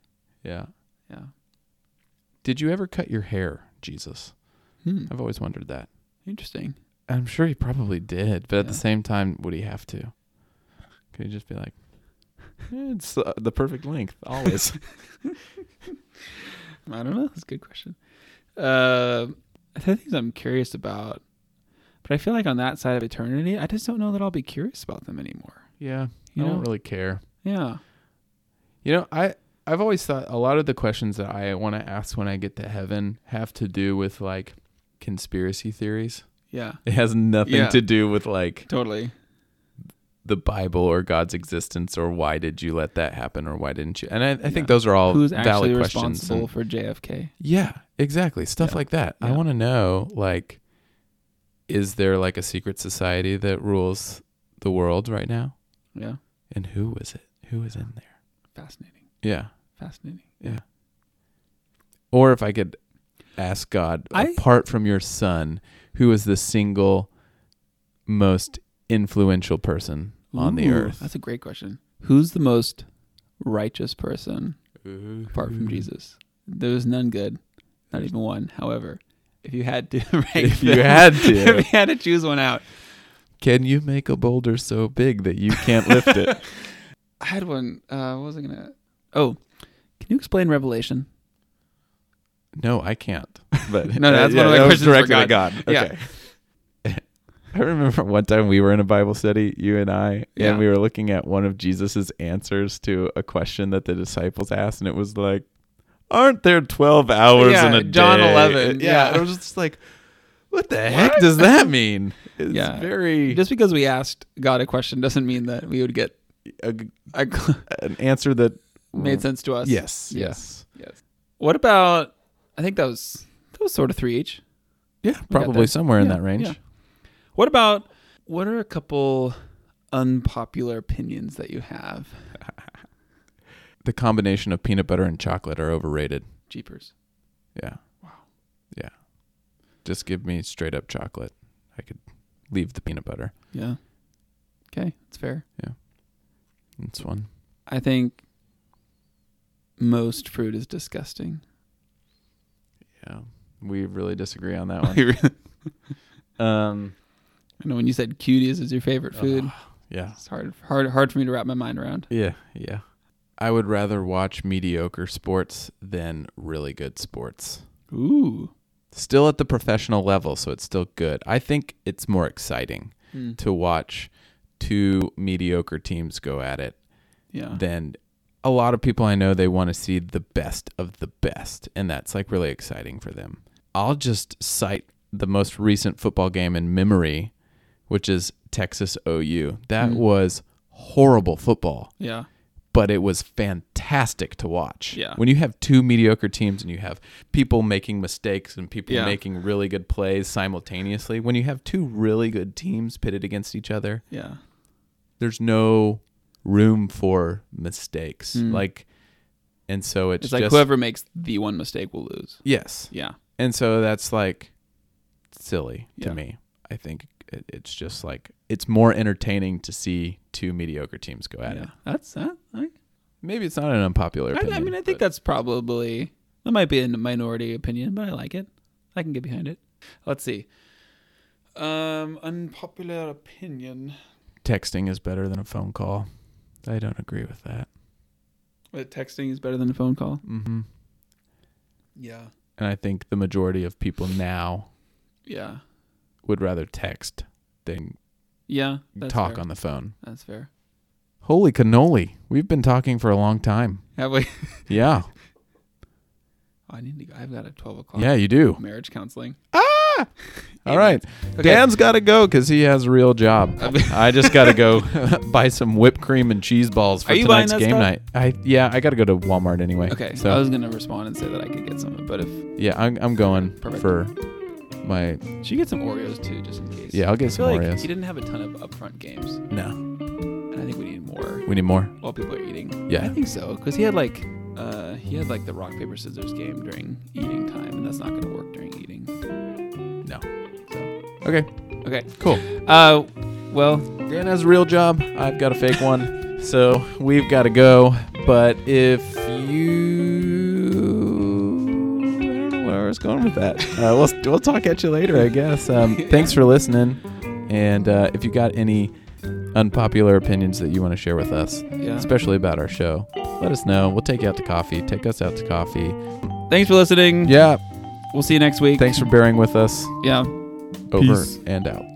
A: Yeah.
B: Yeah.
A: Did you ever cut your hair, Jesus?
B: Hmm.
A: I've always wondered that.
B: Interesting.
A: I'm sure he probably did, but at
B: Yeah.
A: the same time, would he have to? Could he just be like, "Eh, it's uh, the perfect length, always?
B: I don't know. That's a good question. Uh, the things I'm curious about, but I feel like on that side of eternity, I just don't know that I'll be curious about them anymore.
A: yeah,
B: You
A: I
B: know?
A: don't really care.
B: Yeah.
A: You know, I I've always thought a lot of the questions that I want to ask when I get to heaven have to do with like conspiracy theories.
B: Yeah.
A: It has nothing
B: Yeah.
A: to do with like
B: Totally.
A: the Bible or God's existence or why did you let that happen or why didn't you? And I, I
B: Yeah.
A: think those are all
B: Who's actually
A: valid questions.
B: responsible
A: and-
B: for JFK?
A: Yeah, exactly. Stuff
B: Yeah.
A: like that. I
B: Yeah.
A: want to know like is there like a secret society that rules the world right now?
B: Yeah.
A: And who is it? Who is in there?
B: Fascinating.
A: Yeah.
B: Fascinating.
A: Or if I could ask God
B: I-
A: apart from your son, who is the single most influential person on the
B: Ooh,
A: earth?
B: That's a great question. Who's the most righteous person apart
A: Hmm. Mm.
B: from Jesus? There was none good, not even one. However, if you had to rank
A: If you
B: them-
A: had to.
B: if you had to choose one out,
A: Can you make a boulder so big that you can't lift it?
B: I had one. Uh, what was I gonna? Oh, can you explain Revelation?
A: No, I can't. But uh,
B: No, no, that's one of the
A: that was
B: questions for
A: directed at God.
B: Yeah.
A: Okay. I remember one time we were in a Bible study, you and I,
B: Yeah.
A: and we were looking at one of Jesus's answers to a question that the disciples asked, and it was like, "Aren't there twelve hours
B: Yeah,
A: in a
B: John
A: day?"
B: 11,
A: Yeah,
B: yeah.
A: I was just like, "What the heck does that mean?" It's
B: Yeah.
A: very
B: Just because we asked God a question doesn't mean that we would get
A: a,
B: a
A: an answer that
B: made sense to us.
A: Yes,
B: Yeah.
A: yes,
B: Yes. What about? I think that was that was sort of three each.
A: yeah,
B: there.
A: probably somewhere in
B: Yeah,
A: that range.
B: yeah. What about? What are a couple unpopular opinions that you have?
A: The combination of peanut butter and chocolate are overrated.
B: Jeepers.
A: Yeah.
B: Wow.
A: Yeah. Just give me straight up chocolate. I could leave the peanut butter.
B: Yeah. Okay, it's fair.
A: That's one.
B: I think most fruit is disgusting.
A: Yeah. We really disagree on that
B: I
A: one. um
B: know when you said cuties is your favorite food.
A: Ah. yeah.
B: It's hard, hard, hard for me to wrap my mind around.
A: Yeah, yeah. I would rather watch mediocre sports than really good sports.
B: Ooh.
A: Still at the professional level, so it's still good. I think it's more exciting
B: Hmm.
A: to watch two mediocre teams go at it
B: Yeah.
A: then a lot of people I know they want to see the best of the best, and that's like really exciting for them. I'll just cite the most recent football game in memory, which is Texas OU. That
B: Mm.
A: was horrible football,
B: Yeah.
A: but it was fantastic to watch.
B: Yeah.
A: When you have two mediocre teams and you have people making mistakes and people
B: Yeah.
A: making really good plays simultaneously, when you have two really good teams pitted against each other,
B: Yeah.
A: there's no room for mistakes.
B: Mm.
A: Like, and so it's,
B: It's, like
A: just,
B: whoever makes the one mistake will lose.
A: yes,
B: Yeah.
A: and so that's like silly to
B: Yeah.
A: me. I think it, it's just like it's more entertaining to see two mediocre teams go at
B: yeah.
A: it.
B: That's that. I,
A: Maybe it's not an unpopular
B: I,
A: opinion.
B: I mean, I think
A: but
B: that's probably that might be a minority opinion, but I like it. I can get behind it. Let's see. Um, unpopular opinion.
A: texting is better than a phone call. I don't agree with that.
B: Wait, Uh, texting is better than a phone call.
A: hmm
B: Yeah.
A: And I think the majority of people now
B: Yeah.
A: would rather text than
B: Yeah. That's
A: talk
B: fair.
A: on the phone.
B: That's fair.
A: Holy cannoli! We've been talking for a long time.
B: Have we?
A: Yeah,
B: I need to. go. I've got a twelve o'clock.
A: yeah, you do.
B: Marriage counseling.
A: All right. Dan's got to go because he has a real job.
B: I mean-
A: I just got to go buy some whipped cream and cheese balls for
B: Are you buying
A: tonight's
B: that
A: game
B: stuff?
A: night. I yeah, I got to go to Walmart anyway.
B: Okay. So I
A: So
B: was gonna respond and say that I could get some, but if
A: yeah, I'm, I'm going
B: Perfect.
A: for my
B: she get some Oreos too, just in case.
A: yeah. I'll
B: I
A: get
B: feel
A: some
B: like
A: Oreos.
B: you didn't have a ton of upfront games,
A: no,
B: and I think we need more
A: we need more.
B: while people are eating.
A: Yeah.
B: I think so, because he had like, uh, he had like the rock paper scissors game during eating time, and that's not gonna work during eating.
A: No.
B: So
A: Okay,
B: okay.
A: cool.
B: Uh, well,
A: Dan has a real job. I've got a fake one. So we've got to go. But if you. I don't know where I was going with that. Uh, we'll, we'll talk at you later, I guess. Um, thanks for listening. And uh, if you got any unpopular opinions that you want to share with us,
B: yeah.
A: especially about our show, let us know. We'll take you out to coffee. Take us out to coffee.
B: Thanks for listening.
A: Yeah.
B: We'll see you next week.
A: Thanks for bearing with us.
B: Yeah.
A: Over
B: Peace.
A: and out.